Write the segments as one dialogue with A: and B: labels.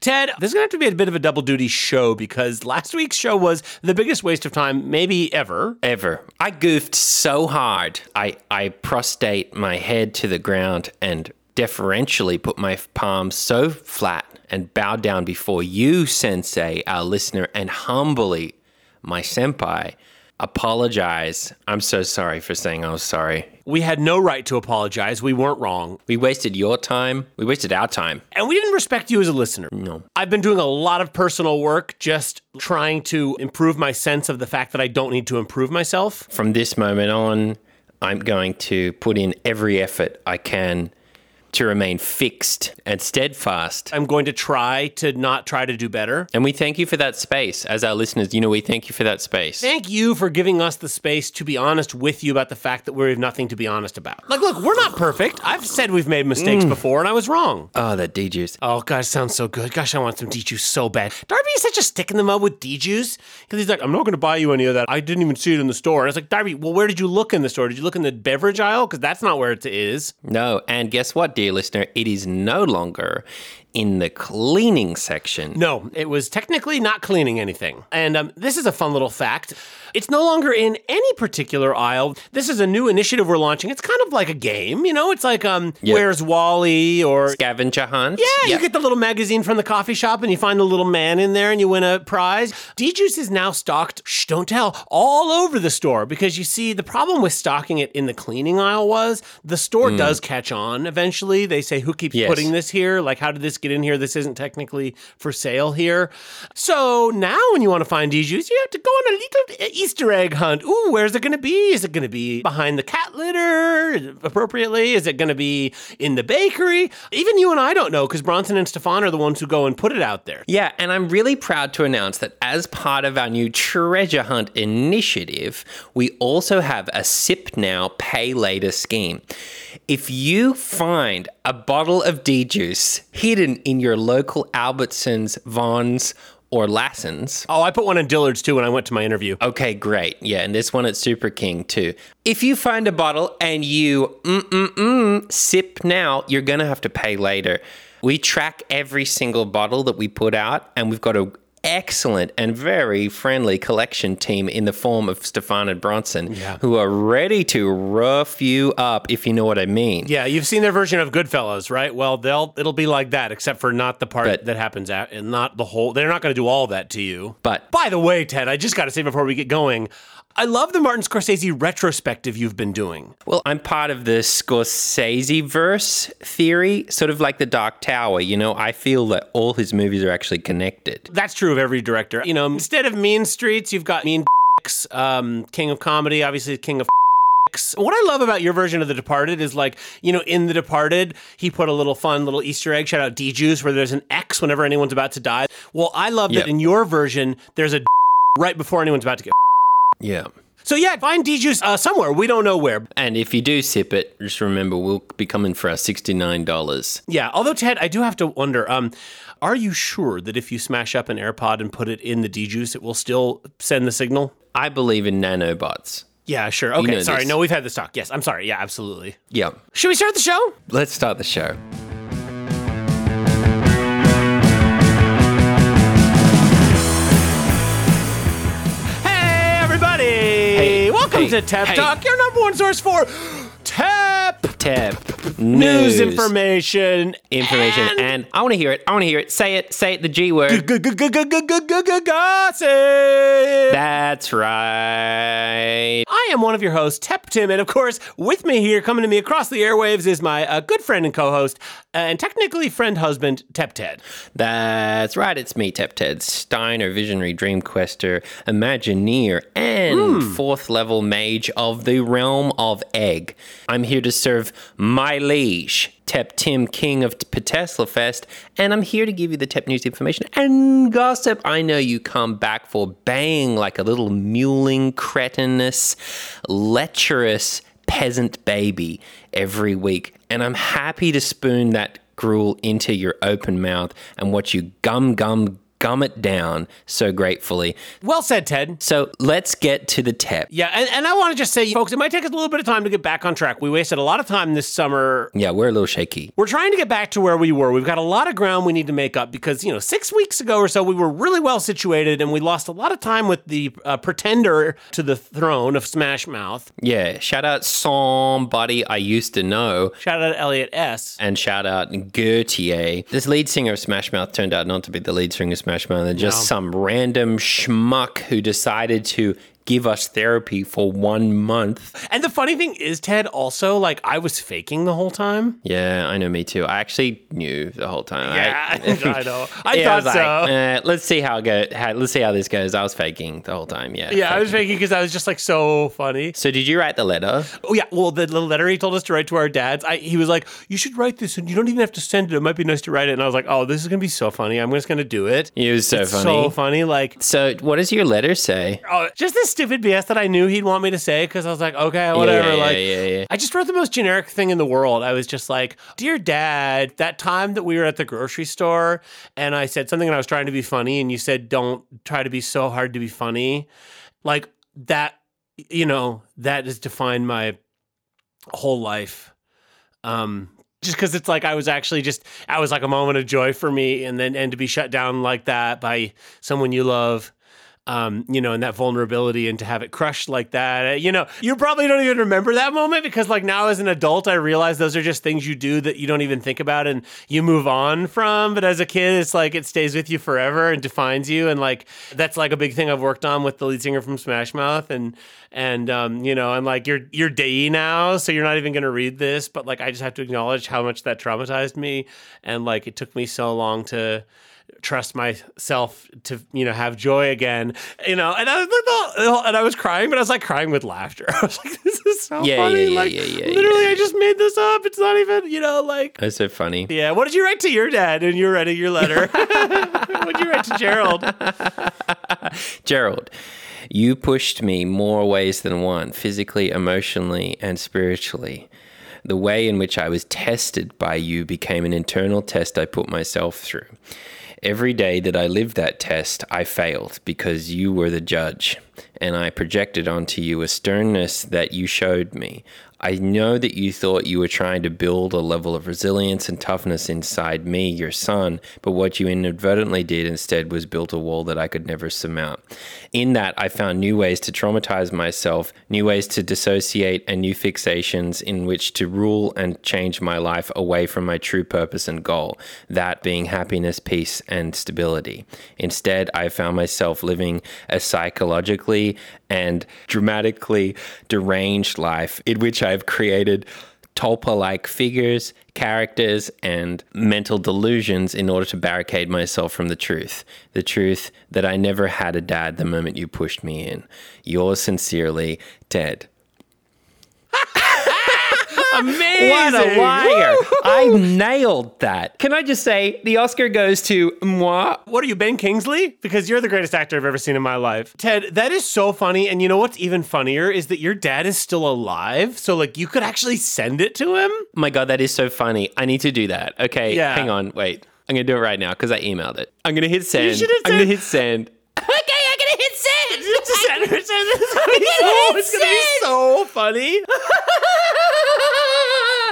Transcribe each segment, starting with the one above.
A: Ted, there's going to have to be a bit of a double duty show because last week's show was the biggest waste of time, maybe ever.
B: Ever. I goofed so hard. I, I prostate my head to the ground and deferentially put my palms so flat and bowed down before you, Sensei, our listener, and humbly, my senpai, apologize. I'm so sorry for saying I was sorry.
A: We had no right to apologize. We weren't wrong.
B: We wasted your time. We wasted our time.
A: And we didn't respect you as a listener.
B: No.
A: I've been doing a lot of personal work just trying to improve my sense of the fact that I don't need to improve myself.
B: From this moment on, I'm going to put in every effort I can to remain fixed and steadfast.
A: I'm going to try to not try to do better.
B: And we thank you for that space. As our listeners, you know, we thank you for that space.
A: Thank you for giving us the space to be honest with you about the fact that we have nothing to be honest about. Like, look, we're not perfect. I've said we've made mistakes before and I was wrong.
B: Oh, that D juice.
A: Oh, gosh, sounds so good. Gosh, I want some D juice so bad. Darby is such a stick in the mud with D juice because he's like, I'm not going to buy you any of that. I didn't even see it in the store. And I was like, Darby, well, where did you look in the store? Did you look in the beverage aisle? Because that's not where it is.
B: No, and guess what, dear listener? It is no longer in the cleaning section.
A: No, it was technically not cleaning anything. And um, this is a fun little fact. It's no longer in any particular aisle. This is a new initiative we're launching. It's kind of like a game, you know? It's like um, Where's Wally or.
B: Scavenger hunt.
A: Yeah, you get the little magazine from the coffee shop and you find the little man in there and you win a prize. D Juice is now stocked, shh, don't tell, all over the store because you see, the problem with stocking it in the cleaning aisle was the store does catch on eventually. They say, who keeps
B: Yes.
A: putting this here? Like, how did this get in here? This isn't technically for sale here. So now when you want to find D Juice, you have to go on a little Easter egg hunt. Ooh, where's it going to be? Is it going to be behind the cat litter appropriately? Is it going to be in the bakery? Even you and I don't know because Bronson and Stefan are the ones who go and put it out there.
B: Yeah, and I'm really proud to announce that as part of our new treasure hunt initiative, we also have a sip now, pay later scheme. If you find a bottle of D juice hidden in your local Albertsons, Vons, or Lassens,
A: Oh, I put one in Dillard's too when I went to my interview.
B: Okay, great. Yeah, and this one at Super King too. If you find a bottle and you mm mm mm sip now, you're gonna have to pay later. We track every single bottle that we put out, and we've got a excellent and very friendly collection team in the form of Stefan and Bronson, who are ready to rough you up if you know what I mean.
A: Yeah, you've seen their version of Goodfellas, right? Well, they'll it'll be like that, except for not the part
B: But-
A: that happens out and not the whole. They're not going to do all that to you.
B: But-
A: by the way, Ted, I just got to say before we get going, I love the Martin Scorsese retrospective you've been doing.
B: Well, I'm part of the Scorsese verse theory, sort of like the Dark Tower. You know, I feel that all his movies are actually connected.
A: That's true of every director. You know, instead of Mean Streets, you've got Mean um, King of Comedy, obviously King of What I love about your version of The Departed is like, you know, in The Departed, he put a little fun little Easter egg, shout out D Juice, where there's an X whenever anyone's about to die. Well, I love
B: Yeah.
A: that in your version, there's a right before anyone's about to get.
B: Yeah.
A: So yeah, find D Juice uh, somewhere. We don't know where.
B: And if you do sip it, just remember we'll be coming for our sixty-nine dollars.
A: Yeah. Although Ted, I do have to wonder, um, are you sure that if you smash up an AirPod and put it in the D Juice, it will still send the signal?
B: I believe in nanobots.
A: Yeah, sure. Okay,
B: know
A: sorry.
B: this.
A: No, we've had this talk. Yes, I'm sorry. Yeah, absolutely.
B: Yeah.
A: Should we start the show?
B: Let's start the show.
A: Hey, everybody! Welcome
B: hey,
A: to Tap
B: hey.
A: Talk, your number one source for Tap
B: Tab
A: news, information,
B: information, and, I want to hear it. I want to hear it. Say it. Say it. The G word.
A: and gossip.
B: That's right.
A: I am one of your hosts, Tep Tim, and of course, with me here, coming to me across the airwaves, is my uh, good friend and co-host, uh, and technically friend husband, Tep Ted.
B: That's right. It's me, Tep Ted Steiner, visionary, dream quester, imagineer, and fourth level mage of the realm of egg. I'm here to serve my liege, Tep Tim, king of Petesla Fest, and I'm here to give you the Tep News information and gossip. I know you come back for baying like a little mewling, cretinous, lecherous peasant baby every week. And I'm happy to spoon that gruel into your open mouth and watch you gum gum gum it down so gratefully.
A: Well said, Ted.
B: So let's get to the tep.
A: Yeah, and, and I want to just say, folks, it might take us a little bit of time to get back on track. We wasted a lot of time this summer
B: Yeah, we're a little shaky.
A: We're trying to get back to where we were. We've got a lot of ground we need to make up because, you know, six weeks ago or so, we were really well situated and we lost a lot of time with the uh, pretender to the throne of Smash Mouth.
B: Yeah, shout out somebody I used to know.
A: Shout out Elliot S.
B: And shout out Gertier. This lead singer of Smash Mouth turned out not to be the lead singer of Smash Mouth, and just some random schmuck who decided to give us therapy for one month.
A: And the funny thing is, Ted, also, like, I was faking the whole time.
B: Yeah, I know, me too. I actually knew the whole time.
A: Yeah, I know. I
B: Yeah,
A: thought
B: was
A: so.
B: like, eh, let's see how it go. How, let's see how this goes. I was faking the whole time. Yeah.
A: yeah, I was
B: faking.
A: faking because I was just like so funny.
B: So did you write the letter?
A: Oh yeah, well the, the letter he told us to write to our dads, I, he was like, "You should write this, and you don't even have to send it. It might be nice to write it." And I was like, "Oh, this is gonna be so funny. I'm just gonna do it."
B: It was so
A: It's
B: funny.
A: so funny. Like
B: so what does your letter say?
A: Oh, just this stupid BS that I knew he'd want me to say because I was like, okay, whatever.
B: yeah,
A: like,
B: yeah, yeah.
A: I just wrote the most generic thing in the world. I was just like, dear dad, that time that we were at the grocery store and I said something and I was trying to be funny, and you said, don't try to be so hard to be funny. Like, that, you know, that has defined my whole life. Um, just because it's like I was actually just I was like a moment of joy for me, and then and to be shut down like that by someone you love, um, you know, and that vulnerability, and to have it crushed like that, uh, you know, you probably don't even remember that moment because like now as an adult, I realize those are just things you do that you don't even think about and you move on from. But as a kid, it's like it stays with you forever and defines you, and like that's like a big thing I've worked on with the lead singer from Smash Mouth, and and um, you know, and like you're you're day now, so you're not even gonna read this, but like I just have to acknowledge how much that traumatized me, and like it took me so long to trust myself to you know have joy again, you know, and I was like, oh, and I was crying, but I was like crying with laughter. I was like, this is so
B: Yeah,
A: funny,
B: yeah, yeah,
A: like
B: yeah, yeah,
A: literally,
B: yeah,
A: I just made this up. It's not even you know like.
B: That's so funny.
A: Yeah, what did you write to your dad in your writing your letter? what did you write to Gerald?
B: Gerald, you pushed me more ways than one, physically, emotionally, and spiritually. The way in which I was tested by you became an internal test I put myself through. Every day that I lived that test, I failed because you were the judge, and I projected onto you a sternness that you showed me. I know that you thought you were trying to build a level of resilience and toughness inside me, your son, but what you inadvertently did instead was built a wall that I could never surmount. In that, I found new ways to traumatize myself, new ways to dissociate, and new fixations in which to rule and change my life away from my true purpose and goal that being happiness, peace, and stability. Instead, I found myself living a psychologically and dramatically deranged life in which I've created tulpa like figures, characters, and mental delusions in order to barricade myself from the truth. The truth that I never had a dad the moment you pushed me in. Yours sincerely, Ted.
A: Amazing.
B: What a liar! I nailed that. Can I just say the Oscar goes to moi? Oh
A: What are you, Ben Kingsley? Because you're the greatest actor I've ever seen in my life. Ted, that is so funny. And you know what's even funnier is that your dad is still alive. So, like, you could actually send it to him.
B: My God, that is so funny. I need to do that. Okay,
A: Yeah.
B: hang on, wait. I'm gonna do it right now because I emailed it. I'm gonna hit send.
A: should have
B: I'm gonna
A: said-
B: hit send. Okay, I'm gonna hit send.
A: send her, send her, send her. Oh, it's going to be so funny.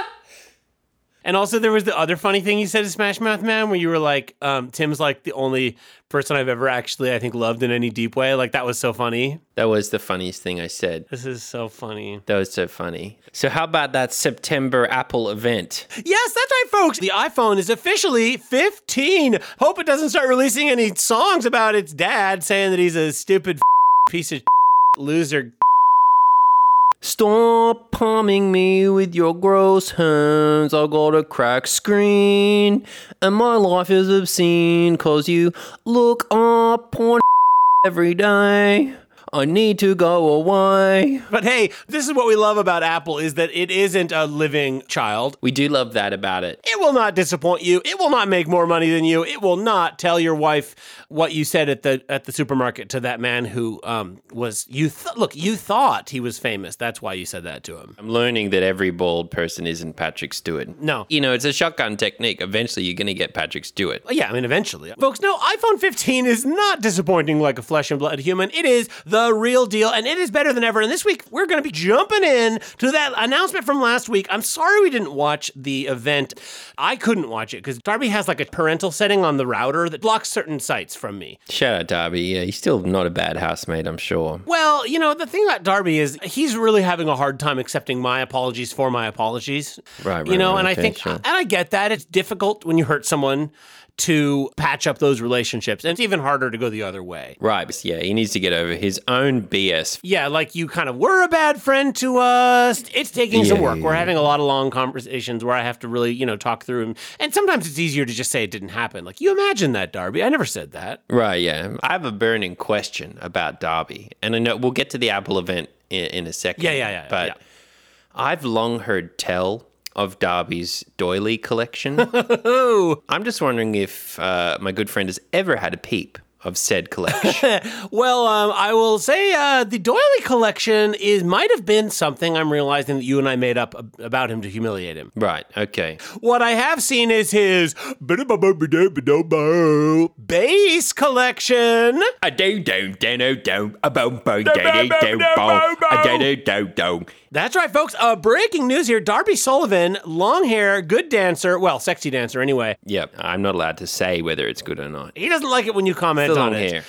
A: And also, there was the other funny thing you said to Smash Mouth Man, where you were like, um, "Tim's like the only person I've ever actually, I think, loved in any deep way." Like that was so funny.
B: That was the funniest thing I said.
A: This is so funny.
B: That was so funny. So how about that September Apple event?
A: Yes, that's right, folks. The iPhone is officially 15. Hope it doesn't start releasing any songs about its dad saying that he's a stupid piece of loser.
B: Stop palming me with your gross hands. I got a cracked screen, and my life is obscene. Cause you look up porn every day. I need to go away.
A: But hey, this is what we love about Apple is that it isn't a living child.
B: We do love that about it.
A: It will not disappoint you. It will not make more money than you. It will not tell your wife what you said at the at the supermarket to that man who um, was you. Th- look, you thought he was famous. That's why you said that to him.
B: I'm learning that every bald person isn't Patrick Stewart.
A: No.
B: You know, it's a shotgun technique. Eventually, you're going to get Patrick Stewart.
A: Yeah, I mean, eventually. Folks, no, iPhone 15 is not disappointing like a flesh and blood human. It is the real deal, and it is better than ever. And this week, we're going to be jumping in to that announcement from last week. I'm sorry we didn't watch the event. I couldn't watch it because Darby has like a parental setting on the router that blocks certain sites from me.
B: Shout out Darby. Yeah, he's still not a bad housemate, I'm sure.
A: Well, you know, the thing about Darby is he's really having a hard time accepting my apologies for my apologies.
B: Right, right,
A: You know,
B: right,
A: and I
B: okay,
A: think,
B: sure.
A: and I get that. It's difficult when you hurt someone to patch up those relationships, and it's even harder to go the other way.
B: Right. but Yeah, he needs to get over his own BS.
A: Yeah, like you kind of were a bad friend to us. It's taking some
B: Yeah,
A: work.
B: yeah,
A: We're having a lot of long conversations where I have to really, you know, talk through them. And sometimes it's easier to just say it didn't happen. Like, you imagine that, Darby. I never said that.
B: Right. Yeah. I have a burning question about Darby. And I know we'll get to the Apple event in, in a second.
A: Yeah, yeah, yeah,
B: But
A: yeah.
B: I've long heard tell of Darby's doily collection.
A: Oh,
B: I'm just wondering if uh, my good friend has ever had a peep of said collection.
A: well, um, I will say uh, the Doily collection is might have been something I'm realizing that you and I made up ab- about him to humiliate him.
B: right. Okay.
A: What I have seen is his bass collection.
B: I do do do do do a boom boom do do do boom I do do do do.
A: That's right, folks. Uh, breaking news here Darby Sullivan, long hair, good dancer, well, sexy dancer anyway.
B: Yep, I'm not allowed to say whether it's good or not.
A: He doesn't like it when you comment
B: The long
A: on it.
B: hair.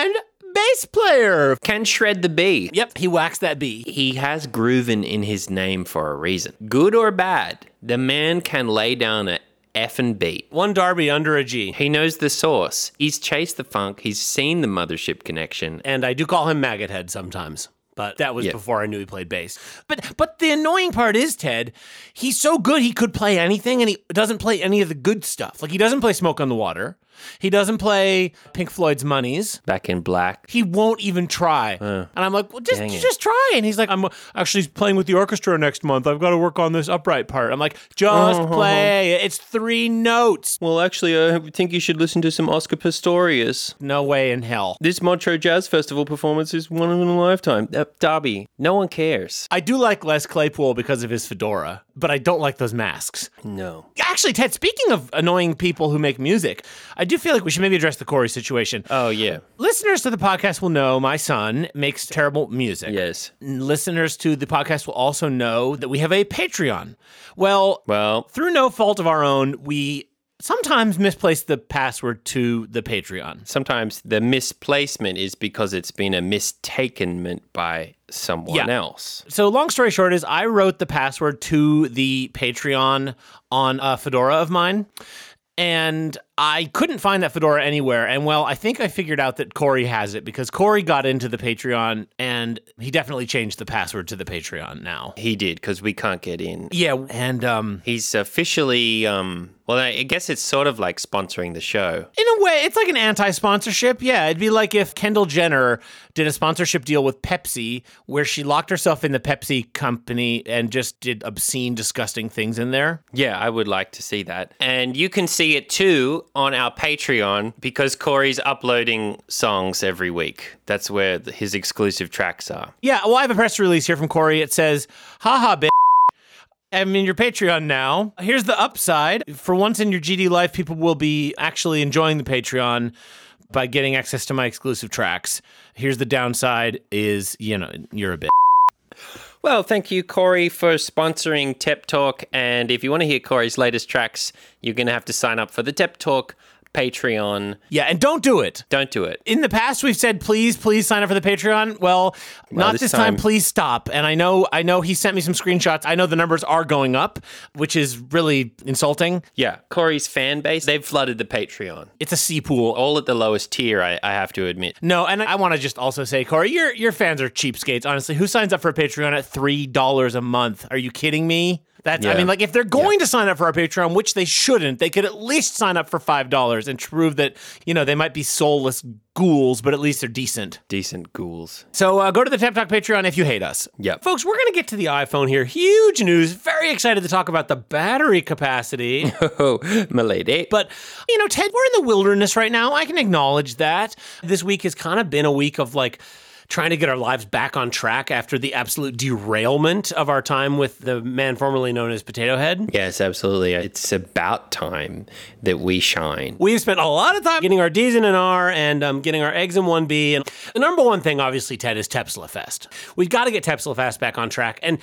A: And bass player.
B: Can shred the B.
A: Yep, he waxed that bee.
B: He has grooving in his name for a reason. Good or bad, the man can lay down a F and beat.
A: One Darby under a G.
B: He knows the source. He's chased the funk. He's seen the mothership connection.
A: And I do call him Maggot Head sometimes. But that was
B: Yeah.
A: before I knew he played bass. But but the annoying part is Ted, he's so good he could play anything and he doesn't play any of the good stuff. Like he doesn't play Smoke on the Water. He doesn't play Pink Floyd's Monies.
B: Back in black.
A: he won't even try. and I'm like, well, just
B: Dang it.
A: just try. And he's like, I'm actually playing with the orchestra next month. I've got to work on this upright part. I'm like, just play. It's three notes.
B: Well, actually, I think you should listen to some Oscar Pistorius.
A: No way in hell.
B: This Montreux Jazz Festival performance is one in a lifetime. Uh, Darby, no one cares.
A: I do like Les Claypool because of his fedora, but I don't like those masks.
B: No.
A: Actually, Ted, speaking of annoying people who make music, I do feel like we should maybe address the Corey situation.
B: Oh, yeah.
A: Listeners to the podcast will know my son makes terrible music.
B: Yes.
A: Listeners to the podcast will also know that we have a Patreon. Well,
B: Well,
A: through no fault of our own, we sometimes misplace the password to the Patreon.
B: sometimes the misplacement is because it's been a mistakenment by someone
A: Yeah.
B: else.
A: So, long story short, is I wrote the password to the Patreon on a fedora of mine, and I couldn't find that fedora anywhere. And well, I think I figured out that Corey has it because Corey got into the Patreon and he definitely changed the password to the Patreon now.
B: He did because we can't get in.
A: Yeah, and um,
B: He's officially, um, well, I I guess it's sort of like sponsoring the show.
A: In a way, it's like an anti sponsorship. Yeah, it'd be like if Kendall Jenner did a sponsorship deal with Pepsi where she locked herself in the Pepsi company and just did obscene, disgusting things in there.
B: Yeah, I would like to see that. And you can see it too on our Patreon because Corey's uploading songs every week. That's where th- his exclusive tracks are.
A: Yeah, well, I have a press release here from Corey. It says, haha, bitch. I'm in your Patreon now. Here's the upside. For once in your GD life, people will be actually enjoying the Patreon by getting access to my exclusive tracks. Here's the downside is, you know, you're a bitch.
B: Well, thank you, Corey, for sponsoring Tep Talk. And if you want to hear Corey's latest tracks, you're going to have to sign up for the Tep Talk Patreon.
A: Yeah, and don't do it.
B: Don't do it.
A: in the past we've said please please sign up for the patreon well, not this,
B: this
A: time.
B: time-
A: please stop and i know i know he sent me some screenshots i know the numbers are going up which is really insulting
B: Yeah, Corey's fan base, they've flooded the Patreon.
A: it's a sea pool
B: All at the lowest tier, I, I have to admit.
A: no and i want to just also say corey your your fans are cheapskates honestly who signs up for a patreon at three dollars a month are you kidding me That's I
B: Yeah.
A: mean, like if they're going to sign up for our Patreon, which they shouldn't, they could at least sign up for five dollars and prove that you know they might be soulless ghouls, but at least they're decent.
B: Decent ghouls.
A: So uh, go to the Tap Talk Patreon if you hate us.
B: Yep.
A: folks, we're gonna get to the iPhone here. Huge news! Very excited to talk about the battery capacity.
B: Oh, my lady.
A: But, you know, Ted, we're in the wilderness right now. I can acknowledge that. This week has kind of been a week of like trying to get our lives back on track after the absolute derailment of our time with the man formerly known as Potato Head.
B: yes, absolutely. It's about time that we shine.
A: We've spent a lot of time getting our D's in an R and um, getting our eggs in one B. And the number one thing, obviously, Ted, is Tepsla Fest. We've got to get Tepsla Fest back on track. And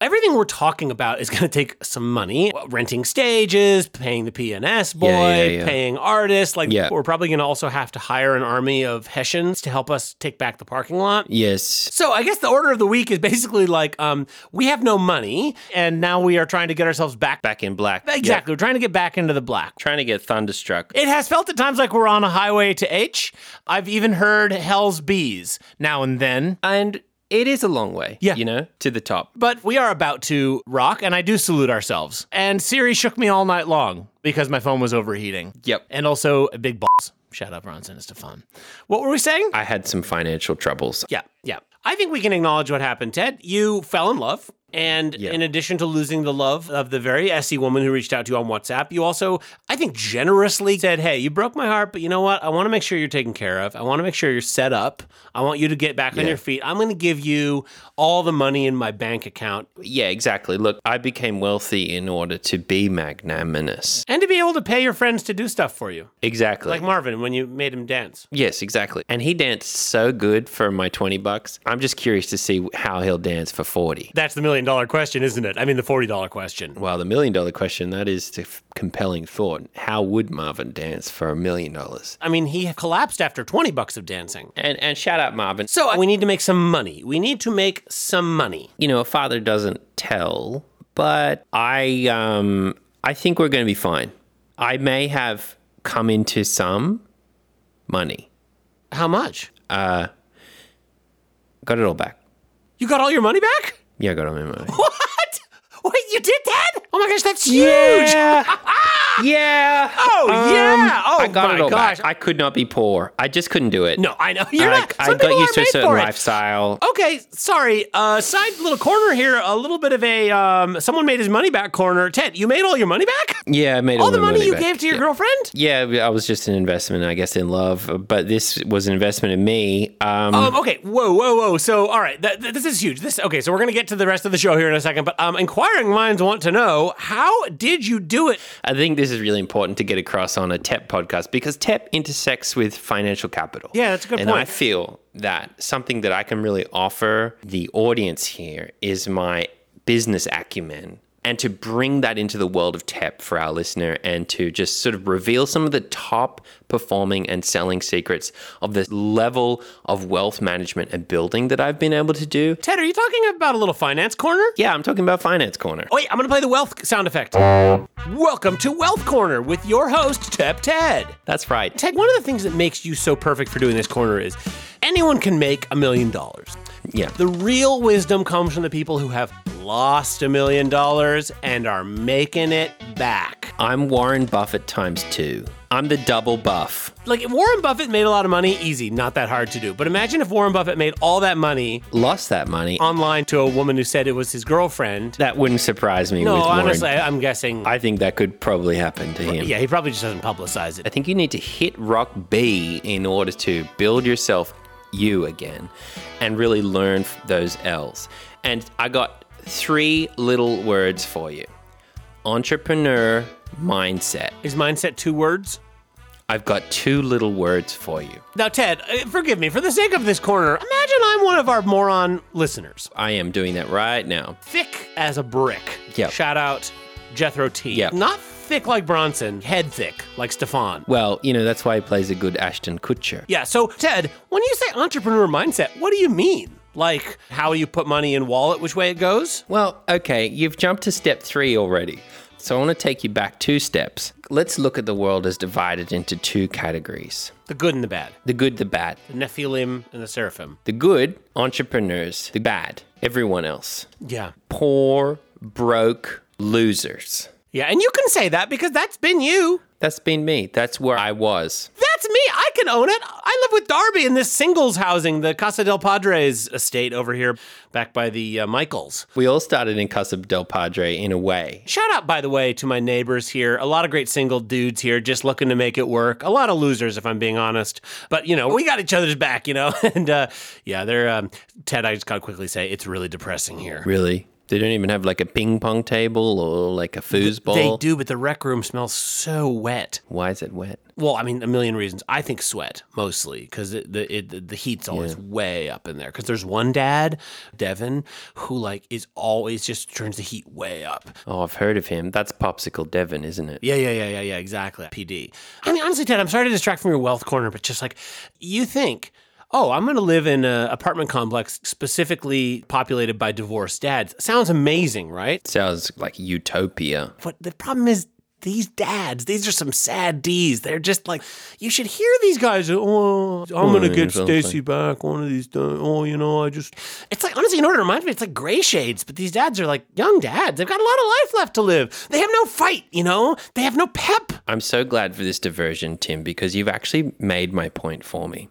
A: everything we're talking about is going to take some money renting stages, paying the PNS boy,
B: yeah, yeah.
A: paying artists. Like,
B: Yeah.
A: we're probably going to also have to hire an army of Hessians to help us take back the parking lot.
B: Yes.
A: So I guess the order of the week is basically like um, we have no money, and now we are trying to get ourselves back.
B: Back in black. Yeah.
A: Exactly, we're trying to get back into the black.
B: Trying to get thunderstruck.
A: It has felt at times like we're on a highway to H. I've even heard Hell's Bees now and then.
B: And it is a long way.
A: Yeah.
B: You know, to the top.
A: But we are about to rock, and I do salute ourselves. And Siri shook me all night long because my phone was overheating.
B: Yep.
A: And also, big balls. Shout out Ronson and Stefan. What were we saying?
B: I had some financial troubles.
A: Yeah, yeah. I think we can acknowledge what happened, Ted. You fell in love. And in addition to losing the love of the very SE woman who reached out to you on WhatsApp, you also, I think, generously said, Hey, you broke my heart, but you know what? I want to make sure you're taken care of. I want to make sure you're set up. I want you to get back on your feet. I'm going to give you all the money in my bank account
B: Yeah, exactly. Look, I became wealthy in order to be magnanimous.
A: and to be able to pay your friends to do stuff for you.
B: Exactly.
A: Like Marvin when you made him dance.
B: yes, exactly. And he danced so good for my 20 bucks. I'm just curious to see how he'll dance for 40.
A: That's the million dollar question, isn't it? I mean, the $40 question.
B: Well, the million dollar question, that is a f- compelling thought. How would Marvin dance for a million dollars?
A: I mean, he collapsed after 20 bucks of dancing.
B: And, and shout out Marvin.
A: So we need to make some money. We need to make some money.
B: You know, a father doesn't tell, but I, um, I think we're going to be fine. I may have come into some money.
A: How much?
B: Got it all back.
A: You got all your money back?
B: Yeah, I got all my money.
A: What? Wait, you did that? Oh my gosh, that's huge.
B: Yeah. yeah. Um,
A: Oh, yeah. Oh,
B: I got
A: my
B: it all
A: gosh.
B: back. I could not be poor. I just couldn't do it.
A: No, I know. You're
B: I,
A: not.
B: I
A: some
B: got
A: people
B: used
A: are
B: to a
A: made
B: certain
A: for it. Oh,
B: lifestyle.
A: Okay, sorry. Uh, side little corner here. A little bit of a um, someone made his money back corner. Ted, you made all your money back?
B: Yeah, I made
A: All
B: all
A: the
B: my
A: money, you
B: back.
A: gave to your girlfriend?
B: Yeah, I was just an investment, I guess, in love. But this was an investment in me. Um,
A: Um, okay, whoa, whoa, whoa. So, all right, th- th- this is huge. This okay. So we're gonna get to the rest of the show here in a second. But um, inquiring minds want to know how did you do it?
B: I think this is really important to get across on a TEP podcast because TEP intersects with financial capital.
A: Yeah, that's a good
B: and
A: point.
B: I feel that something that I can really offer the audience here is my business acumen. And to bring that into the world of TEP for our listener and to just sort of reveal some of the top performing and selling secrets of the level of wealth management and building that I've been able to do.
A: Ted, are you talking about a little finance corner?
B: Yeah, I'm talking about Finance Corner.
A: Wait, I'm gonna play the wealth sound effect. Welcome to Wealth Corner with your host, Tep Ted.
B: That's right.
A: Ted, one of the things that makes you so perfect for doing this corner is anyone can make a million dollars.
B: Yeah.
A: The real wisdom comes from the people who have lost a million dollars and are making it back.
B: I'm Warren Buffett times two. I'm the double buff.
A: Like, if Warren Buffett made a lot of money, easy, not that hard to do. But imagine if Warren Buffett made all that money
B: Lost that money.
A: online to a woman who said it was his girlfriend.
B: That wouldn't surprise me
A: No,
B: with Warren.
A: honestly, I- I'm guessing.
B: I think that could probably happen to him.
A: yeah, he probably just doesn't publicize it.
B: I think you need to hit rock B in order to build yourself you again and really learn f- those L's. And I got three little words for you entrepreneur mindset.
A: Is mindset two words?
B: I've got two little words for you.
A: Now, Ted, uh, forgive me for the sake of this corner. Imagine I'm one of our moron listeners,
B: I am doing that right now.
A: thick as a brick.
B: Yep.
A: Shout out Jethro T.
B: Yep.
A: Not thick like Bronson, head thick like Stefan.
B: Well, you know, that's why he plays a good Ashton Kutcher.
A: Yeah. So, Ted, when you say entrepreneur mindset, what do you mean? Like how you put money in wallet, which way it goes?
B: Well, okay, you've jumped to step three already. So I want to take you back two steps. Let's look at the world as divided into two categories
A: The good and the bad,
B: the good, the bad.
A: the Nephilim and the Seraphim.
B: The good, entrepreneurs. The bad, everyone else.
A: Yeah.
B: Poor, broke, losers.
A: Yeah, and you can say that because that's been you.
B: That's been me. That's where I was.
A: That's me. I can own it. I live with Darby in this singles housing, the Casa del Padres estate over here, back by the uh, Michaels.
B: We all started in Casa del Padre in a way.
A: Shout out, by the way, to my neighbors here. A lot of great single dudes here just looking to make it work. A lot of losers, if I'm being honest. But, you know, we got each other's back, you know? And uh, yeah, they're, um, Ted, I just got to quickly say, it's really depressing here.
B: Really? They don't even have like a ping pong table or like a foosball.
A: They do, but the rec room smells so wet.
B: Why is it wet?
A: Well, I mean, a million reasons. I think sweat mostly because it, the it, the heat's always way up in there. Because there's one dad, Devin, who like is always just turns the heat way up.
B: Oh, I've heard of him. That's Popsicle Devon, isn't it?
A: Yeah, yeah, yeah, yeah, yeah. Exactly. PD. I mean, honestly, Ted, I'm sorry to distract from your wealth corner, but just like you think. Oh, I'm going to live in an apartment complex specifically populated by divorced dads. Sounds amazing, right?
B: Sounds like utopia.
A: But the problem is these dads, these are some sad D's. They're just like, you should hear these guys. Oh, I'm going to get
B: exactly.
A: Stacy back one of these days. Oh, you know, I just. It's like, honestly, you know what it reminds me? It's like gray shades, but these dads are like young dads. They've got a lot of life left to live. They have no fight, you know? They have no pep.
B: I'm so glad for this diversion, Tim, because you've actually made my point for me.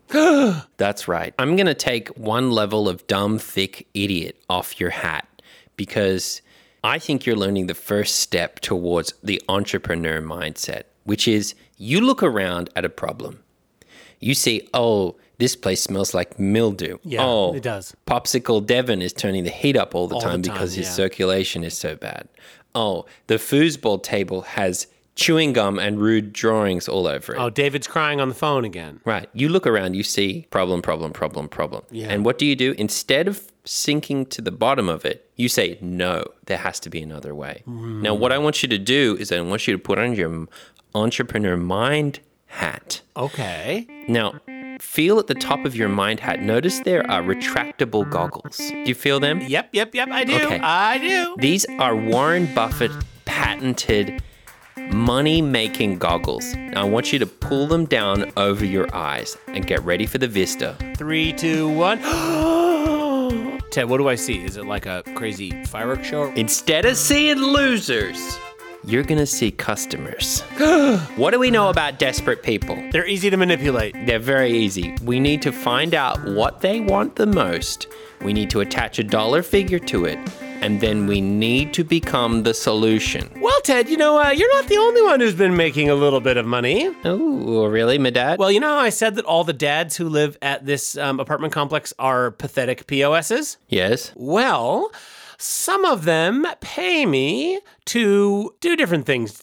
B: That's right. I'm going to take one level of dumb, thick idiot off your hat because I think you're learning the first step towards the entrepreneur mindset, which is you look around at a problem. You see, oh, this place smells like mildew.
A: Yeah,
B: oh,
A: it does.
B: Popsicle Devon is turning the heat up all the, time,
A: time,
B: because his
A: yeah.
B: circulation is so bad. Oh, the foosball table has chewing gum and rude drawings all over it.
A: Oh, David's crying on the phone again.
B: Right. You look around, you see problem, problem, problem, problem. And what do you do? Instead of sinking to the bottom of it, you say, no, there has to be another way.
A: Hmm.
B: Now, what I want you to do is I want you to put on your m- entrepreneur mind hat.
A: Okay.
B: Now, feel at the top of your mind hat. Notice there are retractable goggles. Do you feel them?
A: Yep, yep, yep. I do.
B: Okay.
A: I do.
B: These are Warren Buffett patented money making goggles. Now I want you to pull them down over your eyes and get ready for the vista.
A: Three, two, one. Ted, what do I see? Is it like a crazy fireworks show?
B: Instead of seeing losers, you're gonna see customers. what do we know about desperate people?
A: They're easy to manipulate.
B: They're very easy. We need to find out what they want the most. We need to attach a dollar figure to it. And then we need to become the solution.
A: Well, Ted, you know, uh, you're not the only one who's been making a little bit of money.
B: Oh, really, my dad?
A: Well, you know how I said that all the dads who live at this um, apartment complex are pathetic POSs?
B: yes.
A: Well, some of them pay me to do different things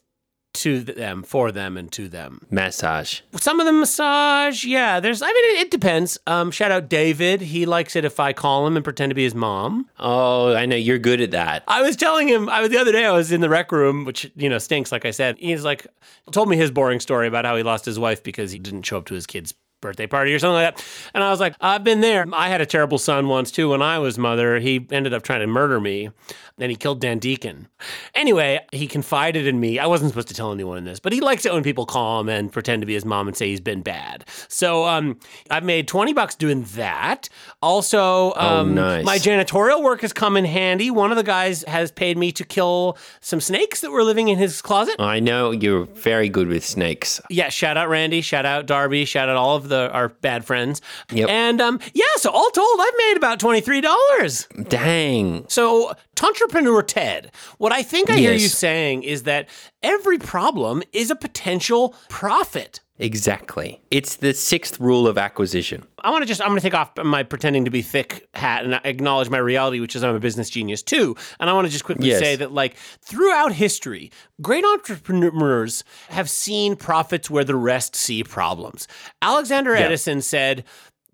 A: to them, for them, and to them.
B: Massage.
A: Some of them massage. Yeah, there's. I mean, it, it depends. Um, shout out David. He likes it if I call him and pretend to be his mom.
B: Oh, I know you're good at that.
A: I was telling him. I was the other day. I was in the rec room, which you know stinks. Like I said, he's like told me his boring story about how he lost his wife because he didn't show up to his kid's birthday party or something like that. And I was like, I've been there. I had a terrible son once too when I was mother. He ended up trying to murder me. Then he killed Dan Deacon. Anyway, he confided in me. I wasn't supposed to tell anyone this, but he likes it when people call him and pretend to be his mom and say he's been bad. So um, I've made 20 bucks doing that. Also, um,
B: nice.
A: my janitorial work has come in handy. One of the guys has paid me to kill some snakes that were living in his closet.
B: I know you're very good with snakes.
A: Yeah, shout out Randy, shout out Darby, shout out all of the our bad friends.
B: Yep.
A: And um, yeah, so all told, I've made about twenty three dollars.
B: Dang.
A: So, entrepreneur Ted, what I think I hear
B: Yes.
A: you saying is that every problem is a potential profit.
B: Exactly. It's the sixth rule of acquisition.
A: I want to just, I'm going to take off my pretending to be thick hat and acknowledge my reality, which is I'm a business genius too. And I want to just quickly
B: Yes.
A: say that, like, throughout history, great entrepreneurs have seen profits where the rest see problems. Alexander Edison said,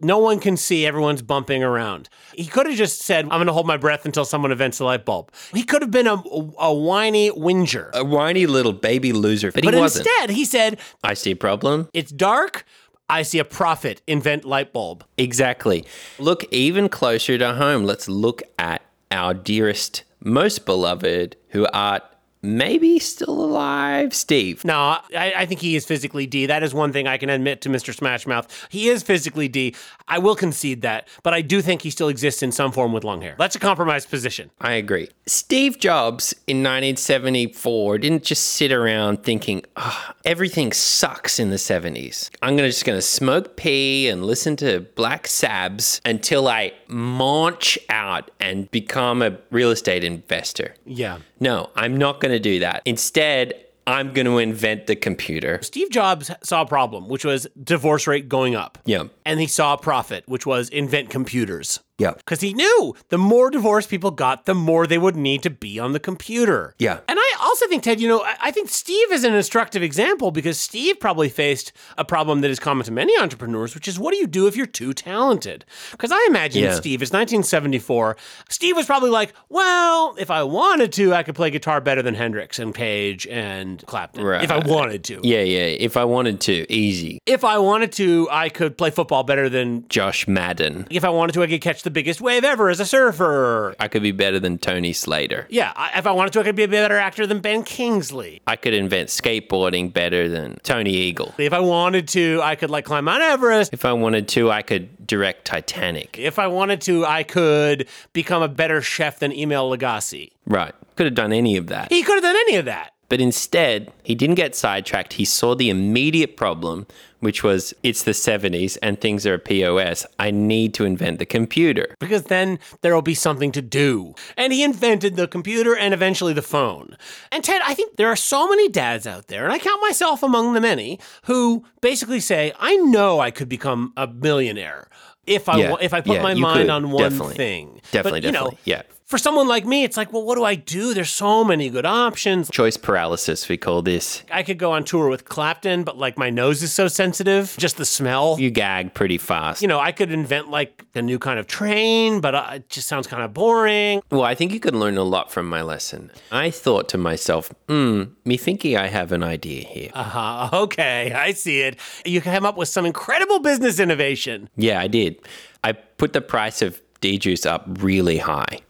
A: no one can see everyone's bumping around. He could have just said, I'm going to hold my breath until someone invents a light bulb. He could have been a, a whiny whinger.
B: A whiny little baby loser, but,
A: but
B: Uh, he wasn't.
A: instead, he said,
B: I see a problem.
A: It's dark. I see a profit. Invent light bulb.
B: Exactly. Look even closer to home. Let's look at our dearest, most beloved, who are maybe still alive Steve.
A: No, I, I think he is physically D. That is one thing I can admit to Mr. Smashmouth. He is physically D. I will concede that, but I do think he still exists in some form with long hair. That's a compromised position.
B: I agree. Steve Jobs in 1974 didn't just sit around thinking, oh, everything sucks in the 70s. I'm gonna just going to smoke pee and listen to Black Sabs until I munch out and become a real estate investor.
A: Yeah.
B: No, I'm not going to do that. Instead, I'm going to invent the computer.
A: Steve Jobs saw a problem, which was divorce rate going up.
B: Yeah.
A: And he saw a profit, which was invent computers.
B: Yeah.
A: Because he knew the more divorced people got, the more they would need to be on the computer.
B: Yeah.
A: And I also think, Ted, you know, I I think Steve is an instructive example because Steve probably faced a problem that is common to many entrepreneurs, which is what do you do if you're too talented? Because I imagine
B: Yeah.
A: Steve, it's 1974. Steve was probably like, well, if I wanted to, I could play guitar better than Hendrix and Page and Clapton. If I
B: Right.
A: wanted to.
B: Yeah, yeah. If I wanted to, easy.
A: If I wanted to, I could play football better than.
B: Josh Madden.
A: If I wanted to, I could catch the biggest wave ever as a surfer.
B: I could be better than Tony Slater.
A: Yeah, I, if I wanted to, I could be a better actor than Ben Kingsley.
B: I could invent skateboarding better than Tony Eagle.
A: If I wanted to, I could like climb Mount Everest.
B: If I wanted to, I could direct Titanic.
A: If I wanted to, I could become a better chef than Emil Lagasse.
B: Right. Could have done any of that.
A: He could have done any of that.
B: But instead, he didn't get sidetracked. He saw the immediate problem, which was it's the 70s and things are a POS. I need to invent the computer.
A: Because then there will be something to do. And he invented the computer and eventually the phone. And Ted, I think there are so many dads out there, and I count myself among the many, who basically say, I know I could become a millionaire if I,
B: Yeah,
A: wa- if I put
B: yeah,
A: my
B: you
A: mind
B: could,
A: on one
B: definitely.
A: thing.
B: Definitely,
A: but, you
B: definitely.
A: Know,
B: yeah.
A: For someone like me, it's like, well, what do I do? There's so many good options.
B: Choice paralysis, we call this.
A: I could go on tour with Clapton, but like my nose is so sensitive, just the smell. You,
B: You gag pretty fast.
A: know, I could invent like a new kind of train, but uh, it just sounds kind of boring.
B: Well, I think you can learn a lot from my lesson. I thought to myself, hmm, me thinking I have an idea here.
A: Uh, okay, I see it. You come up with some incredible business innovation.
B: yeah, I did. I put the price of D juice up really high.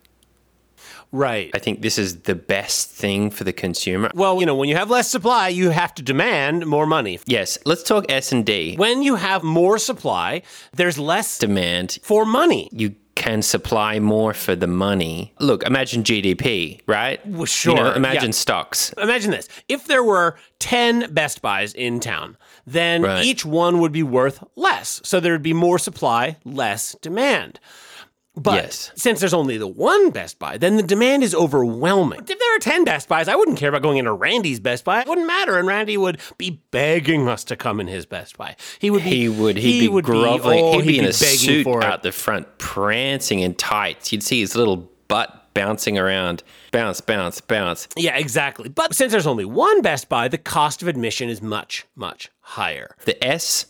A: Right.
B: I think this is the best thing for the consumer.
A: Well, you know, when you have less supply, you have to demand more money.
B: Yes, let's talk S&D.
A: When you have more supply, there's less
B: Demand
A: for money.
B: you can supply more for the money. Look, imagine GDP, right? Well,
A: sure,
B: imagine
A: yeah.
B: stocks.
A: imagine this if there were 10 best buys in town then
B: Right.
A: each one would be worth less so there'd be more supply less demand but
B: Yes.
A: since there's only the one Best Buy, then the demand is overwhelming. If there were 10 Best Buys, I wouldn't care about going into Randy's Best Buy. It wouldn't matter. And Randy would be begging us to come in his Best Buy. He would be,
B: He would he'd be groveling.
A: oh,
B: he'd, be in a
A: begging
B: suit
A: for it.
B: out the front, prancing in tights. You'd see his little butt bouncing around, bounce, bounce, bounce.
A: Yeah, exactly. But since there's only one Best Buy, the cost of admission is much, much higher.
B: The S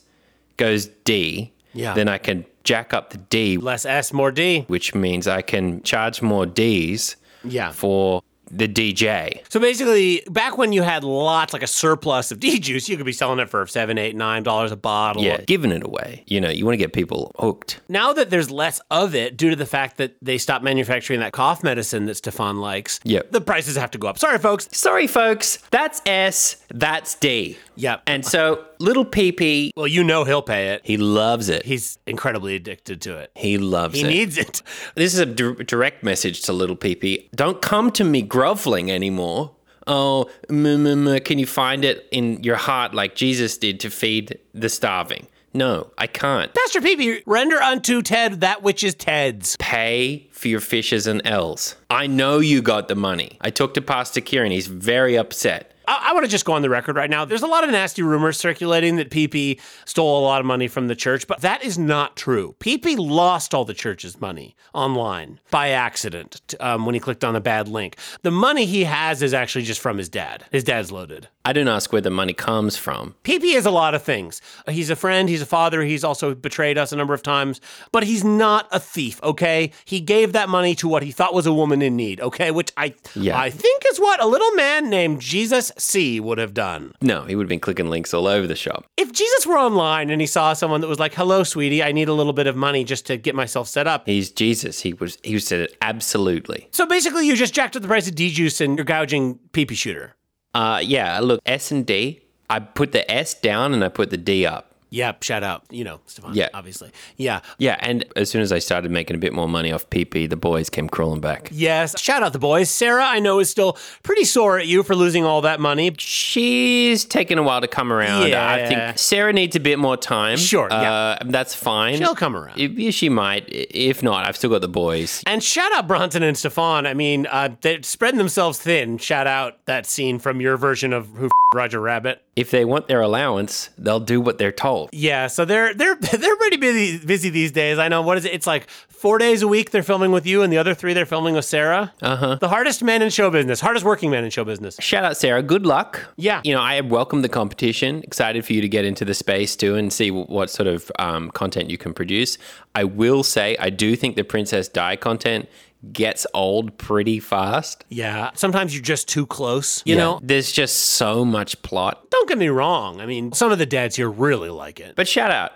B: goes D.
A: Yeah.
B: Then I can jack up the D,
A: Less S, more D.
B: which means I can charge more D's
A: Yeah.
B: for the DJ.
A: So basically, back when you had lots, like a surplus of D juice, you could be selling it for seven, eight, nine dollars a bottle.
B: Yeah, giving it away. You know, you want to get people hooked.
A: Now that there's less of it due to the fact that they stopped manufacturing that cough medicine that Stefan likes,
B: Yep.
A: the prices have to go up. Sorry, folks.
B: Sorry, folks. That's S. That's D.
A: Yep.
B: And so little PP,
A: Well, you know he'll pay it.
B: he loves it. He,
A: He's incredibly addicted to it.
B: loves
A: He
B: it.
A: needs it.
B: this is a dir- direct message to little PP. Don't come to me groveling anymore. Oh, mm, mm, mm, can you find it in your heart like Jesus did to feed the starving? No, I can't.
A: Pastor Peepy, render unto Ted that which is Ted's.
B: Pay for your fishes and L's. I know you got the money. I talked to Pastor Kieran. He's very upset.
A: I, I want to just go on the record right now. There's a lot of nasty rumors circulating that PP stole a lot of money from the church, but that is not true. PP lost all the church's money online by accident t- um, when he clicked on a bad link. The money he has is actually just from his dad. His dad's loaded.
B: I didn't ask where the money comes from.
A: PP is a lot of things. He's a friend, he's a father, he's also betrayed us a number of times, but he's not a thief, okay? He gave that money to what he thought was a woman in need, okay? Which I
B: Yeah.
A: I think is what a little man named Jesus C would have done.
B: No, he would have been clicking links all over the shop.
A: If Jesus were online and he saw someone that was like, hello, sweetie, I need a little bit of money just to get myself set up.
B: He's Jesus. He was. He said it absolutely.
A: So basically, you just jacked up the price of D juice and you're gouging pee pee shooter.
B: Uh, yeah. Look, S and D. I put the S down and I put the D up.
A: Yep, shout out, you know, Stefan,
B: Yeah.
A: obviously. Yeah.
B: Yeah, and as soon as I started making a bit more money off PP, the boys came crawling back.
A: Yes, shout out the boys. Sarah, I know, is still pretty sore at you for losing all that money.
B: She's taken a while to come around. I
A: Yeah.
B: think Sarah needs a bit more time.
A: Sure, yeah.
B: uh, that's fine.
A: She'll come around.
B: Yeah, she might. If not, I've still got the boys.
A: And shout out Bronson and Stefan. I mean, uh, they're spreading themselves thin. Shout out that scene from your version of Who F- Roger Rabbit.
B: If they want their allowance, they'll do what they're told.
A: Yeah, so they're they're they're pretty busy busy these days. I know what is it? It's like four days a week they're filming with you, and the other three they're filming with Sarah. Uh
B: Uh-huh.
A: huh. The hardest man in show business, hardest working man in show business.
B: Shout out, Sarah. Good luck.
A: Yeah.
B: You know, I welcome the competition. Excited for you to get into the space too and see wh- what sort of um, content you can produce. I will say, I do think the Princess Di content gets old pretty fast.
A: Yeah, sometimes you're just too close. You
B: You
A: know,
B: know, there's just so much plot.
A: don't get me wrong. I mean, some of the dads here really like it.
B: But shout out,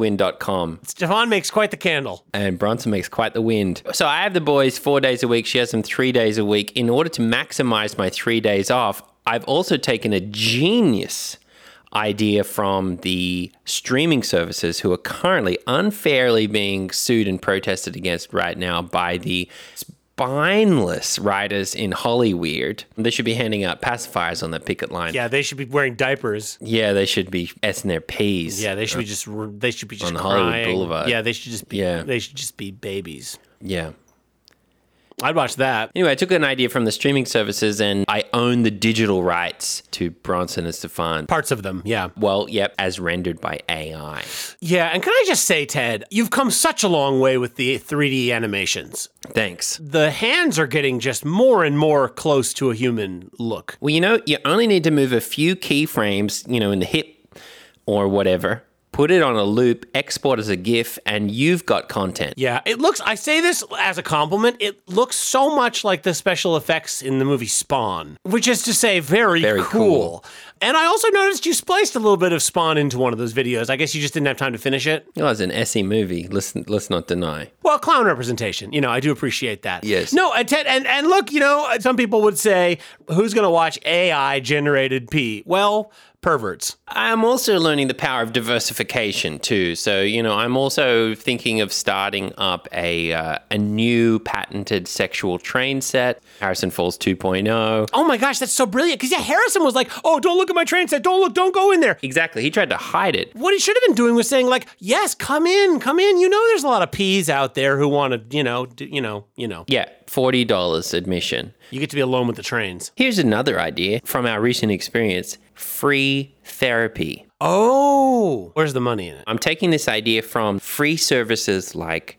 B: candleinthewind.com.
A: Stefan makes quite the candle.
B: And Bronson makes quite the wind. So I have the boys four days a week. She has them three days a week. In order to maximize my three days off, I've also taken a genius idea from the streaming services who are currently unfairly being sued and protested against right now by the spineless writers in Hollyweird. They should be handing out pacifiers on the picket line.
A: Yeah, they should be wearing diapers.
B: Yeah, they should be S their P's.
A: Yeah, they should be just they should be just
B: On Hollywood
A: crying.
B: Boulevard.
A: Yeah, they should just be
B: Yeah.
A: they should just be babies.
B: Yeah.
A: I'd watch that.
B: Anyway, I took an idea from the streaming services and I own the digital rights to Bronson and Stefan.
A: Parts of them, yeah.
B: Well, yep, as rendered by AI.
A: Yeah, and can I just say, Ted, you've come such a long way with the 3D animations.
B: Thanks.
A: The hands are getting just more and more close to a human look.
B: Well, you know, you only need to move a few keyframes, you know, in the hip or whatever, put it on a loop, export as a GIF, and you've got content.
A: Yeah, it looks, I say this as a compliment, it looks so much like the special effects in the movie Spawn, which is to say, very,
B: Very
A: cool. And I also noticed you spliced a little bit of Spawn into one of those videos. I guess you just didn't have time to finish it.
B: It was an SE movie, let's, let's not deny.
A: Well, clown representation. You know, I do appreciate that.
B: Yes.
A: No, and Ted, and, and look, you know, uh, some people would say, who's going to watch AI generated pee? Well, perverts.
B: I'm also learning the power of diversification too. So you know, I'm also thinking of starting up a uh, a new patented sexual train set, Harrison Falls 2.0.
A: Oh my gosh, that's so brilliant. Because yeah, Harrison was like, oh, don't look at my train set. Don't look. Don't go in there.
B: Exactly. He tried to hide it.
A: What he should have been doing was saying like, yes, come in, come in. You know, there's a lot of peas out there who want to, you know, do, you know, you know.
B: Yeah, forty dollars admission.
A: You get to be alone with the trains.
B: Here's another idea from our recent experience: free therapy.
A: Oh, where's the money in it?
B: I'm taking this idea from free services like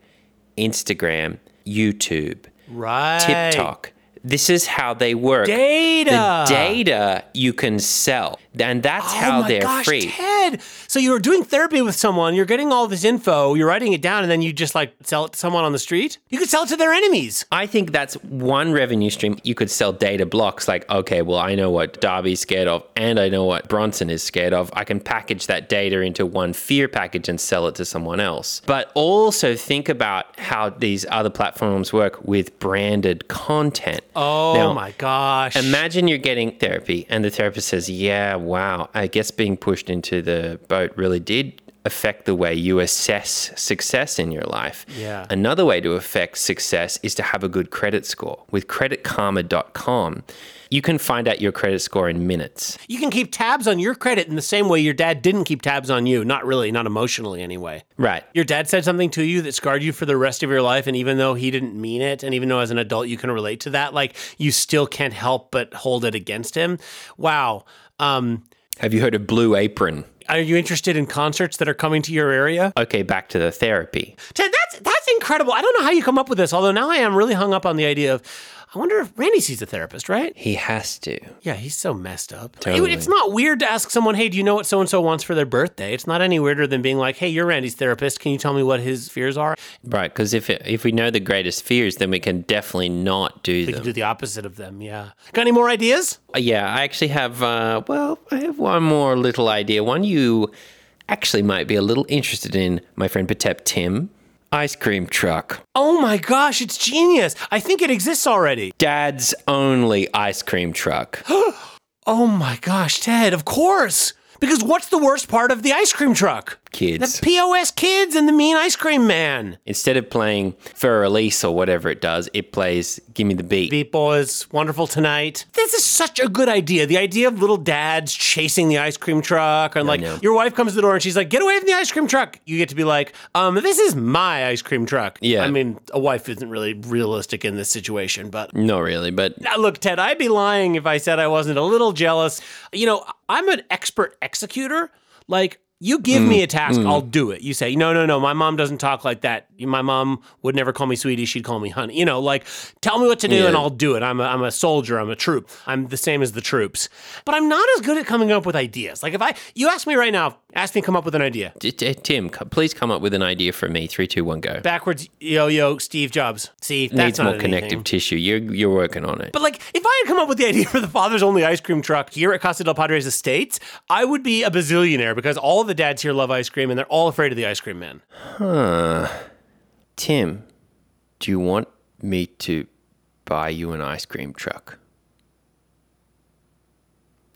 B: Instagram, YouTube,
A: Right.
B: TikTok. This is how they work.
A: Data.
B: the data you can sell, and that's
A: Oh
B: how
A: my
B: they're
A: gosh,
B: free.
A: Ted. So you were doing therapy with someone. You're getting all this info. You're writing it down, and then you just like sell it to someone on the street. You could sell it to their enemies.
B: I think that's one revenue stream. You could sell data blocks like, okay, well, I know what Darby's scared of, and I know what Bronson is scared of. I can package that data into one fear package and sell it to someone else. But also think about how these other platforms work with branded content.
A: Oh
B: Now,
A: my gosh.
B: Imagine you're getting therapy, and the therapist says, Yeah, wow, I guess being pushed into the boat really did affect the way you assess success in your life.
A: Yeah.
B: Another way to affect success is to have a good credit score. With creditkarma.com, you can find out your credit score in minutes.
A: You can keep tabs on your credit in the same way your dad didn't keep tabs on you. Not really, not emotionally anyway.
B: Right.
A: Your dad said something to you that scarred you for the rest of your life, and even though he didn't mean it, and even though as an adult you can relate to that, like you still can't help but hold it against him. Wow. Um,
B: Have you heard of Blue Apron?
A: are you interested in concerts that are coming to your area?
B: Okay, back to the therapy.
A: Ted, that's that's incredible. I don't know how you come up with this, although now I am really hung up on the idea of I I wonder if Randy sees a therapist, right?
B: He has to.
A: Yeah, he's so messed up. It-
B: Totally.
A: it's not weird to ask someone, hey, do you know what so and so wants for their birthday? It's not any weirder than being like, hey, you're Randy's therapist. Can you tell me what his fears are?
B: Right, because if it, if we know the greatest fears, then we can definitely not do
A: You
B: them.
A: do the opposite of them. Yeah. Got any more ideas?
B: Uh, Yeah, I actually have. Uh, well, I have one more little idea. One you actually might be a little interested in, my friend Patep Tim. Ice cream truck.
A: Oh my gosh, it's genius. I think it exists already.
B: Dad's only ice cream truck.
A: Oh my gosh, Ted, of course. Because what's the worst part of the ice cream truck? The
B: Kids.
A: POS kids and the mean ice cream man.
B: Instead of playing for release or whatever it does, it plays Gimme the Beat.
A: Beat Boys, wonderful tonight. This is such a good idea. The idea of little dads chasing the ice cream truck, and like
B: know.
A: your wife comes to the door and she's like, "Get away from the ice cream truck!" You get to be like, "Um, this is my ice cream truck."
B: Yeah.
A: I mean, a wife isn't really realistic in this situation, but
B: Not really, but
A: Now, look, Ted, I'd be lying if I said I wasn't a little jealous. You know, I'm an expert executor. Like, you give me a task,
B: Mm.
A: I'll do it. You say, no, no, no, my mom doesn't talk like that. My mom would never call me sweetie. She'd call me honey. You know, like, tell me what to do and
B: Yeah.
A: I'll do it. I'm a, I'm a soldier. I'm a troop. I'm the same as the troops. But I'm not as good at coming up with ideas. Like, if I, you ask me right now, ask me to come up with an idea.
B: T- t- Tim, c- please come up with an idea for me. Three, two, one, go.
A: Backwards yo yo, Steve Jobs. See, that's
B: Needs
A: not
B: more
A: an
B: connective
A: anything.
B: tissue. You're you're working on it.
A: But like, if I had come up with the idea for the father's only ice cream truck here at Casa del Padres Estates, I would be a bazillionaire because all the dads here love ice cream and they're all afraid of the ice cream man.
B: Tim, do you want me to buy you an ice cream truck?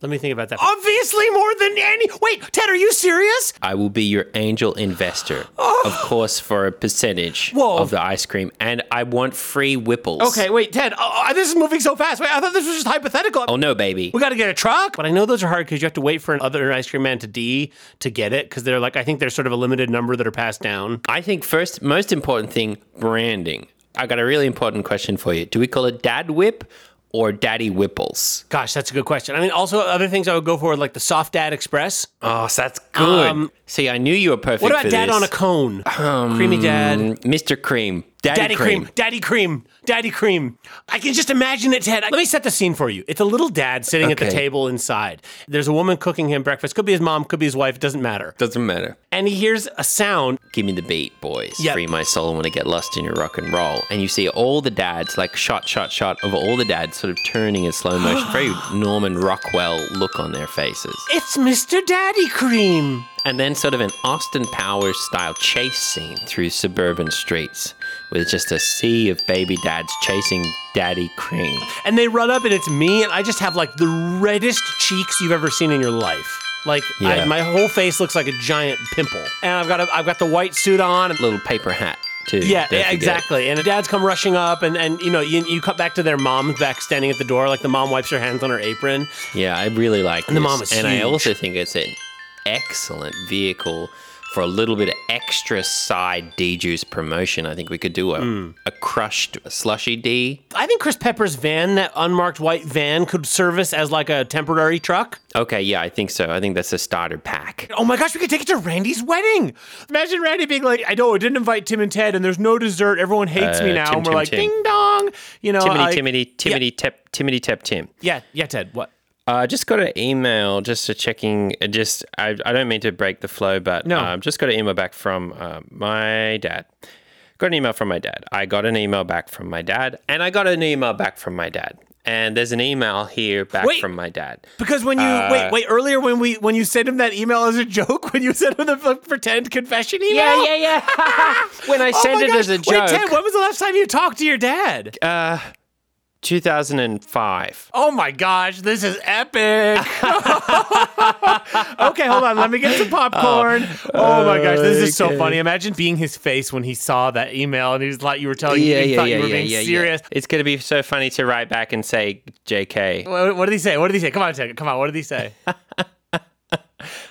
A: Let me think about that. Obviously, more than any. Wait, Ted, are you serious?
B: I will be your angel investor, of course, for a percentage
A: Oh. Whoa.
B: of the ice cream, and I want free Whipples.
A: Okay, wait, Ted. Oh, oh, this is moving so fast. Wait, I thought this was just hypothetical.
B: Oh no, baby.
A: We got to get a truck, but I know those are hard because you have to wait for another ice cream man to D to get it because they're like I think there's sort of a limited number that are passed down.
B: I think first, most important thing, branding. I got a really important question for you. Do we call it Dad Whip or Daddy Whipples?
A: Gosh, that's a good question. I mean, also other things I would go for like the Soft Dad Express.
B: Oh, so that's good. See, I knew you were perfect.
A: Um, What about
B: for
A: dad
B: this.
A: on a cone? Creamy dad.
B: Mr. Cream, Daddy,
A: Daddy cream.
B: Um, cream.
A: Daddy cream. Daddy cream. I can just imagine it, Ted. Let me set the scene for you. It's a little dad sitting at the
B: Okay.
A: table inside. There's a woman cooking him breakfast. Could be his mom, could be his wife, doesn't matter.
B: Doesn't matter.
A: And he hears a sound.
B: Give me the beat, boys.
A: Yep.
B: Free my soul when I get lost in your rock and roll. And you see all the dads, like shot, shot, shot of all the dads sort of turning in slow motion. Very Norman Rockwell look on their faces.
A: It's Mr. Daddy Cream.
B: And then sort of an Austin Powers style chase scene through suburban streets with just a sea of baby dads chasing daddy cream.
A: And they run up and it's me, and I just have like the reddest cheeks you've ever seen in your life. Like I,
B: Yeah.
A: my whole face looks like a giant pimple, and I've got a, I've got the white suit on, and
B: Little paper hat too.
A: Yeah,
B: don't forget.
A: exactly. And the dads come rushing up, and, and you know, you, you cut back to their mom back standing at the door. Like the mom wipes her hands on her apron.
B: Yeah, I really like
A: the
B: this.
A: mom is
B: and I
A: huge.
B: also think it's an excellent vehicle for a little bit of extra side D juice promotion. I think we could do a,
A: Hmm.
B: a crushed slushy D.
A: I think Chris Pepper's van, that unmarked white van, could service as like a temporary truck.
B: Okay, yeah, I think so. I think that's a starter pack.
A: Oh my gosh, we could take it to Randy's wedding. Imagine Randy being like, I know I didn't invite Tim and Ted, and there's no dessert. Everyone hates me
B: Uh,
A: now.
B: Tim,
A: and we're
B: Tim,
A: like,
B: Tim.
A: ding dong. You know,
B: Timidity,
A: I-
B: timidity, timidity, tep, timidity, tep, tim.
A: Yeah, yeah, Ted. What?
B: Uh, just got an email just to checking. uh, Just I, I don't mean to break the flow, but
A: No.
B: um, just got an email back from uh, my dad. Got an email from my dad. I got an email back from my dad, and I got an email back from my dad. And there's an email here back
A: Wait.
B: from my dad.
A: Because when you
B: Uh,
A: wait, wait earlier when we when you sent him that email as a joke, when you sent him the like, pretend confession email.
B: yeah. when I
A: Oh
B: send
A: my
B: it
A: gosh.
B: as a
A: Wait,
B: joke, Uh,
A: Ted, when was the last time you talked to your dad?
B: 2005.
A: Oh my gosh, this is epic. okay, hold on. Let me get some popcorn. Oh, my gosh, this is so
B: okay.
A: funny. Imagine being his face when he saw that email and he was like, Oh, you were telling you thought you were being serious.
B: It's gonna be so funny to write back and say, "JK."
A: What, what did he say? What did he say? Come on, Ted. Come on. What did he say?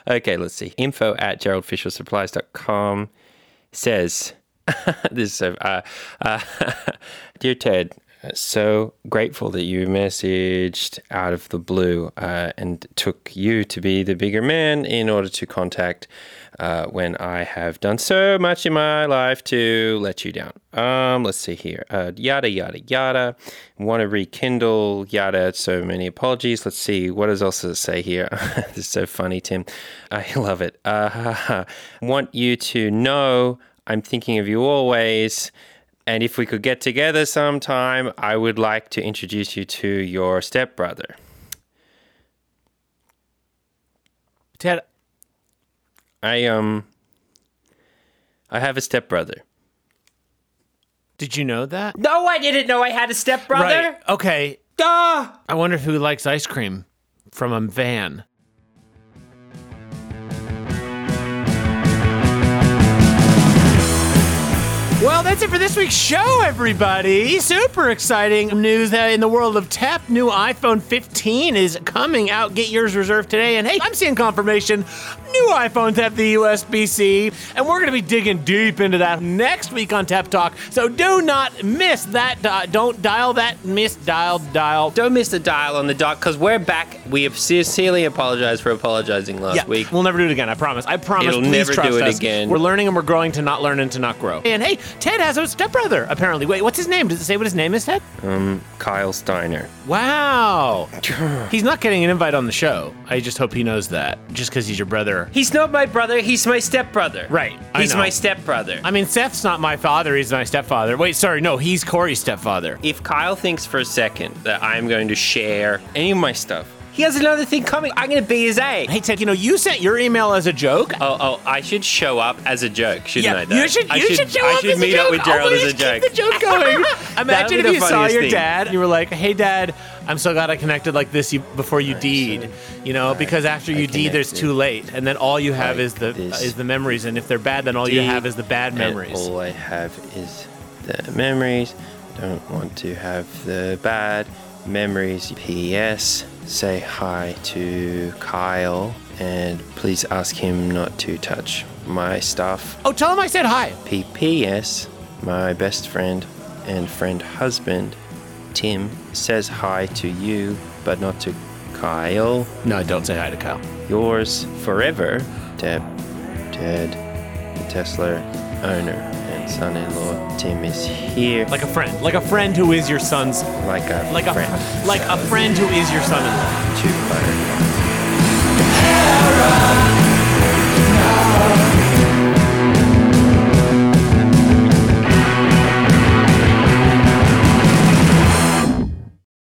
B: Okay, let's see. Info at geraldfishersupplies.com says, this is so, uh, uh, Dear Ted, so grateful that you messaged out of the blue uh, and took you to be the bigger man in order to contact uh, when I have done so much in my life to let you down. Um, let's see here. Uh, yada, yada, yada. Want to rekindle, yada. So many apologies. Let's see. What does else does it say here? this is so funny, Tim. I love it. Uh, want you to know I'm thinking of you always. And if we could get together sometime, I would like to introduce you to your stepbrother.
A: Ted,
B: I um I have a stepbrother.
A: did you know that?
B: No, I didn't know I had a stepbrother.
A: Right. Okay. I wonder who likes ice cream from a van. Well, that's it for this week's show, everybody. Super exciting news that in the world of tech, new iPhone 15 is coming out. Get yours reserved today. And hey, I'm seeing confirmation new iPhones have the USB C. And we're going to be digging deep into that next week on Tap Talk. So do not miss that. Di- don't dial that misdialed dial.
B: Don't miss the dial on the dot because we're back. We sincerely apologize for apologizing last
A: Yeah,
B: week.
A: we'll never do it again. I promise. I promise.
B: It'll
A: Please
B: never
A: trust
B: do it
A: us.
B: again.
A: We're learning and we're growing to not learn and to not grow. And hey, Ted has a stepbrother. Apparently, wait, what's his name? Does it say what his name is, Ted?
B: Kyle Steiner.
A: Wow. he's not getting an invite on the show. I just hope he knows that. Just because he's your brother.
B: He's not my brother. He's my stepbrother.
A: Right, I
B: He's
A: know.
B: my stepbrother.
A: I mean, Seth's not my father. He's my stepfather. Wait, sorry, no, he's Corey's stepfather.
B: if Kyle thinks for a second that I'm going to share any of my stuff, he has another thing coming. I'm going to be his A.
A: Hey Ted, you know you sent your email as a joke.
B: Oh, oh, I should show up as a joke, shouldn't I? though?
A: you should.
B: I
A: You should, show
B: I
A: up
B: should
A: as
B: meet
A: a joke.
B: up with Gerald
A: oh,
B: as a
A: please
B: joke.
A: Keep the joke going.
B: That'd be
A: Imagine if
B: the
A: you saw
B: funniest
A: your
B: thing.
A: dad. and You were like, "Hey, Dad, I'm so glad I connected like this you- before you deed, you know, because after you deed, there's
B: connected
A: too late, and then all you have
B: like
A: is the
B: this.
A: is the memories, and if they're bad, then all you
B: Deed
A: have is the bad
B: And
A: memories."
B: all I have is the memories. I don't want to have the bad memories. P.S. Say hi to Kyle and please ask him not to touch my stuff.
A: Oh, tell him I said hi.
B: P.P.S. My best friend and friend husband, Tim, says hi to you, but not to Kyle.
A: No, don't say hi to Kyle.
B: Yours forever, Deb, Ted, the Tesla owner and son in law. Tim is here
A: Like a friend, like a friend who is your son's,
B: like a,
A: like a
B: friend.
A: like a friend who is your son-in-law.
B: Two butter.